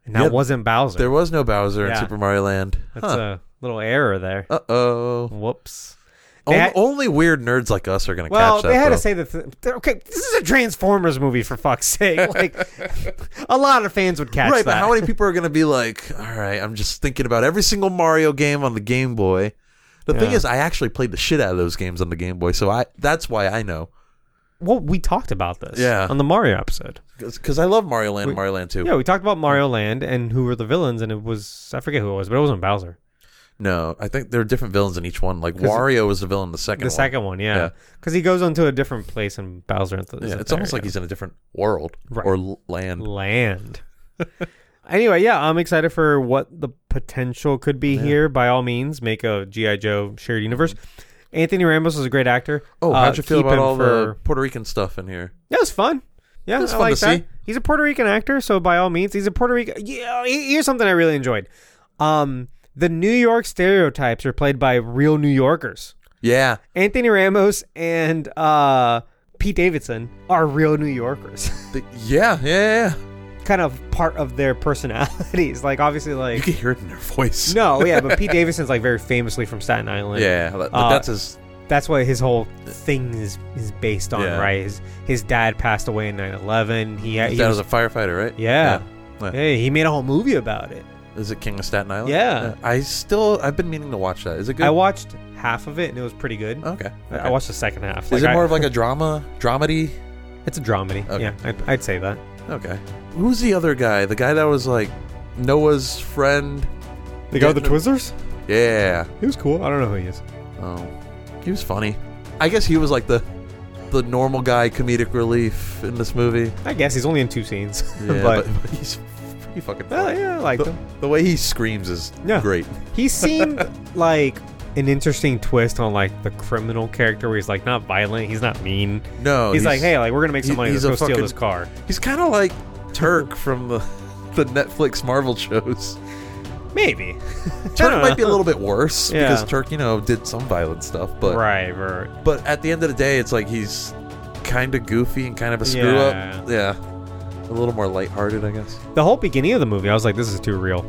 Speaker 1: and that
Speaker 2: Yeah,
Speaker 1: wasn't Bowser.
Speaker 2: there was no Bowser in
Speaker 1: Yeah.
Speaker 2: Super Mario Land.
Speaker 1: That's
Speaker 2: Huh.
Speaker 1: a little error there.
Speaker 2: Uh oh.
Speaker 1: Whoops. They had-
Speaker 2: Only weird nerds like us are gonna
Speaker 1: Well,
Speaker 2: Oh, catch that.
Speaker 1: they had
Speaker 2: though.
Speaker 1: to say that. Th- they're- okay, this is a Transformers movie for fuck's sake. Like, a lot of fans would catch
Speaker 2: right,
Speaker 1: that.
Speaker 2: but how many people are gonna be like, all right, I'm just thinking about every single Mario game on the Game Boy. The thing
Speaker 1: Yeah.
Speaker 2: is, I actually played the shit out of those games on the Game Boy, so I that's why I know
Speaker 1: well, we talked about this.
Speaker 2: Yeah.
Speaker 1: on the Mario episode.
Speaker 2: because I love Mario Land, and Mario Land Two.
Speaker 1: Yeah, we talked about Mario Land and who were the villains, and it was I forget who it was, but it wasn't Bowser.
Speaker 2: No, I think there are different villains in each one. Like
Speaker 1: 'Cause-
Speaker 2: Wario was the villain in the second.
Speaker 1: The
Speaker 2: one.
Speaker 1: second one, yeah,
Speaker 2: Yeah.
Speaker 1: because he goes onto a different place and Bowser. Is
Speaker 2: Yeah,
Speaker 1: is
Speaker 2: it's
Speaker 1: there,
Speaker 2: almost like
Speaker 1: yeah.
Speaker 2: he's in a different world
Speaker 1: Right.
Speaker 2: or l- land.
Speaker 1: land. anyway, yeah, I'm excited for what the potential could be here. By all means, make a GI Joe shared universe. Anthony Ramos is a great actor.
Speaker 2: Oh,
Speaker 1: Uh,
Speaker 2: how'd you feel
Speaker 1: keep
Speaker 2: about
Speaker 1: him
Speaker 2: all
Speaker 1: for-
Speaker 2: the Puerto Rican stuff in here?
Speaker 1: That was fun. Yeah,
Speaker 2: It was
Speaker 1: I
Speaker 2: fun
Speaker 1: like
Speaker 2: to
Speaker 1: that.
Speaker 2: see.
Speaker 1: He's a Puerto Rican actor, so by all means, he's a Puerto Rican. Yeah, he- here's something I really enjoyed. Um, the New York stereotypes are played by real New Yorkers.
Speaker 2: Yeah,
Speaker 1: Anthony Ramos and uh, Pete Davidson are real New Yorkers.
Speaker 2: the, yeah, yeah, yeah.
Speaker 1: kind of part of their personalities. Like obviously,
Speaker 2: You
Speaker 1: like
Speaker 2: can hear it in their voice.
Speaker 1: no, yeah, but Pete Davidson's like very famously from Staten Island.
Speaker 2: yeah, that,
Speaker 1: Uh,
Speaker 2: that's his.
Speaker 1: that's what his whole thing is is based on,
Speaker 2: Yeah.
Speaker 1: right? His his dad passed away in 9/11. He,
Speaker 2: His
Speaker 1: he
Speaker 2: dad
Speaker 1: was
Speaker 2: was a firefighter, right?
Speaker 1: Yeah.
Speaker 2: Yeah. Yeah.
Speaker 1: Hey, he made a whole movie about it.
Speaker 2: Is it King of Staten Island?
Speaker 1: Yeah.
Speaker 2: I still, I've been meaning to watch that. Is it good?
Speaker 1: I watched half of it and it was pretty good.
Speaker 2: okay.
Speaker 1: I- I
Speaker 2: okay.
Speaker 1: watched the second half.
Speaker 2: Is it
Speaker 1: I-
Speaker 2: more of like a drama, dramedy?
Speaker 1: It's a dramedy.
Speaker 2: Okay.
Speaker 1: Yeah, I'd, I'd say that.
Speaker 2: Okay. Who's the other guy? The guy that was like Noah's friend?
Speaker 1: The
Speaker 2: guy with the
Speaker 1: Twizzlers?
Speaker 2: Yeah.
Speaker 1: He was cool. I don't know who he is.
Speaker 2: Oh, he was funny. I guess he was like the the normal guy comedic relief in this movie.
Speaker 1: I guess he's only in two scenes.
Speaker 2: Yeah,
Speaker 1: but,
Speaker 2: but, he's He fucking.
Speaker 1: Well,
Speaker 2: flies.
Speaker 1: yeah, I liked
Speaker 2: the,
Speaker 1: him.
Speaker 2: The way he screams is
Speaker 1: Yeah.
Speaker 2: great.
Speaker 1: He seemed like an interesting twist on like the criminal character where he's like not violent, he's not mean.
Speaker 2: No,
Speaker 1: he's, like, hey, like we're gonna make some
Speaker 2: Oh,
Speaker 1: money.
Speaker 2: he-
Speaker 1: Let's
Speaker 2: he's
Speaker 1: go
Speaker 2: a
Speaker 1: steal
Speaker 2: fucking-
Speaker 1: this car.
Speaker 2: He's kind of like Turk from the the Netflix Marvel shows.
Speaker 1: Maybe. I
Speaker 2: Turk
Speaker 1: don't
Speaker 2: might be a
Speaker 1: know.
Speaker 2: little bit worse
Speaker 1: Yeah.
Speaker 2: because Turk, you know, did some violent stuff, but
Speaker 1: right, right.
Speaker 2: but at the end of the day, it's like he's kind of goofy and kind of a screw up. Yeah, a little more lighthearted, I guess.
Speaker 1: The whole beginning of the movie, I was like, this is too real.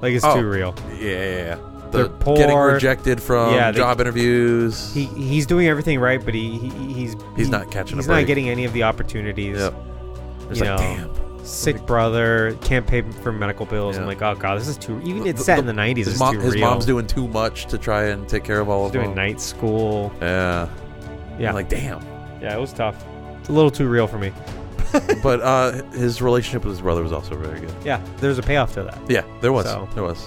Speaker 1: Like it's
Speaker 2: Oh.
Speaker 1: too real.
Speaker 2: Yeah, yeah, yeah.
Speaker 1: They're
Speaker 2: The getting
Speaker 1: poor.
Speaker 2: rejected from
Speaker 1: Yeah, they-
Speaker 2: job interviews.
Speaker 1: He he's doing everything right, but he, he he's
Speaker 2: He's
Speaker 1: he-
Speaker 2: not catching a
Speaker 1: He's
Speaker 2: break.
Speaker 1: not getting any of the opportunities.
Speaker 2: yep. It's
Speaker 1: you know,
Speaker 2: like, damn.
Speaker 1: Sick brother can't pay for medical bills.
Speaker 2: Yeah.
Speaker 1: I'm like, oh god, this is too. Even it's set in the '90s.
Speaker 2: His,
Speaker 1: it's
Speaker 2: mom-
Speaker 1: too
Speaker 2: his
Speaker 1: real.
Speaker 2: mom's doing too much to try and take care of all
Speaker 1: He's
Speaker 2: of
Speaker 1: doing
Speaker 2: them.
Speaker 1: night school.
Speaker 2: Yeah.
Speaker 1: Yeah,
Speaker 2: I'm like, damn.
Speaker 1: yeah, it was tough. It's a little too real for me.
Speaker 2: but uh, his relationship with his brother was also very good.
Speaker 1: Yeah, there's a payoff to that.
Speaker 2: Yeah, there was.
Speaker 1: So-
Speaker 2: There was.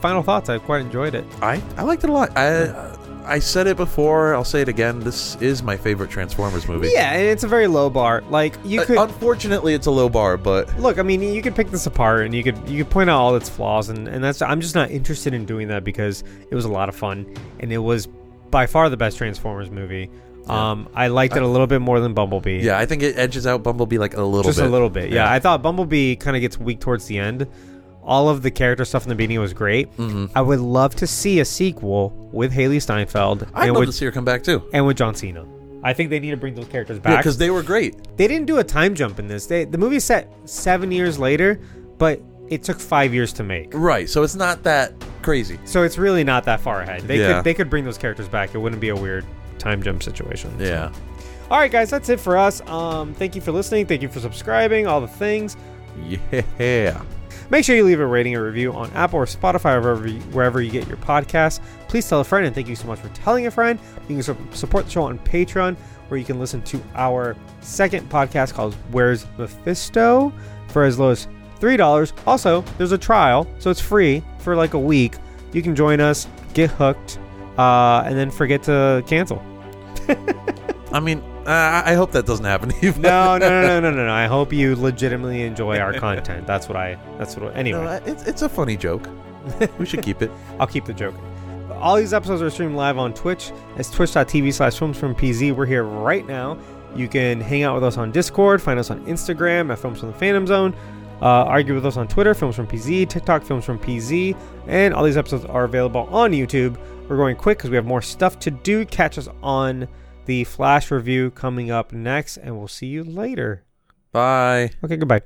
Speaker 1: Final thoughts. I quite enjoyed it.
Speaker 2: I, I liked it a lot. I I said it before. I'll say it again. This is my favorite Transformers movie.
Speaker 1: Yeah, and it's a very low bar. Like you
Speaker 2: Uh,
Speaker 1: could
Speaker 2: unfortunately, it's a low bar, but
Speaker 1: look. I mean, you could pick this apart, and you could you could point out all its flaws, and and that's. I'm just not interested in doing that because it was a lot of fun, and it was by far the best Transformers movie.
Speaker 2: Yeah.
Speaker 1: Um, I liked it a little bit more than Bumblebee.
Speaker 2: yeah, I think it edges out Bumblebee like a little
Speaker 1: just
Speaker 2: bit.
Speaker 1: a little bit. Yeah, I thought Bumblebee kind of gets weak towards the end. All of the character stuff in the beginning was great.
Speaker 2: Mm-hmm.
Speaker 1: I would love to see a sequel with Haley Steinfeld
Speaker 2: I'd
Speaker 1: and
Speaker 2: love
Speaker 1: with
Speaker 2: to see her come back too.
Speaker 1: and with John Cena. I think they need to bring those characters
Speaker 2: Yeah,
Speaker 1: back
Speaker 2: because they were great.
Speaker 1: they didn't do a time jump in this. They the movie set seven years later, but it took five years to make.
Speaker 2: Right. So it's not that crazy.
Speaker 1: So it's really not that far ahead. They
Speaker 2: Yeah.
Speaker 1: could they could bring those characters back. It wouldn't be a weird time jump situation.
Speaker 2: Yeah.
Speaker 1: All right, guys, that's it for us. Um, thank you for listening. Thank you for subscribing. All the things.
Speaker 2: Yeah.
Speaker 1: Make sure you leave a rating or review on Apple or Spotify or wherever you, wherever you get your podcasts. Please tell a friend, and thank you so much for telling a friend. You can su- support the show on Patreon, where you can listen to our second podcast called Where's Mephisto for as low as $3. Also, there's a trial, so it's free for like a week. You can join us, get hooked, uh, and then forget to cancel.
Speaker 2: I mean, uh, I I hope that doesn't happen to you. but-
Speaker 1: No, no, no, no, no, no, no. I hope you legitimately enjoy our content. That's what I, that's what, anyway.
Speaker 2: No, it's, it's a funny joke. we should keep it.
Speaker 1: I'll keep the joke. All these episodes are streamed live on Twitch. That's twitch.tv slash films from PZ. We're here right now. You can hang out with us on Discord, find us on Instagram at Films from the Phantom Zone, uh, argue with us on Twitter, Films from PZ, TikTok, Films from PZ, and all these episodes are available on YouTube. We're going quick because we have more stuff to do. Catch us on the Flash review coming up next, and we'll see you later.
Speaker 2: Bye.
Speaker 1: Okay, goodbye.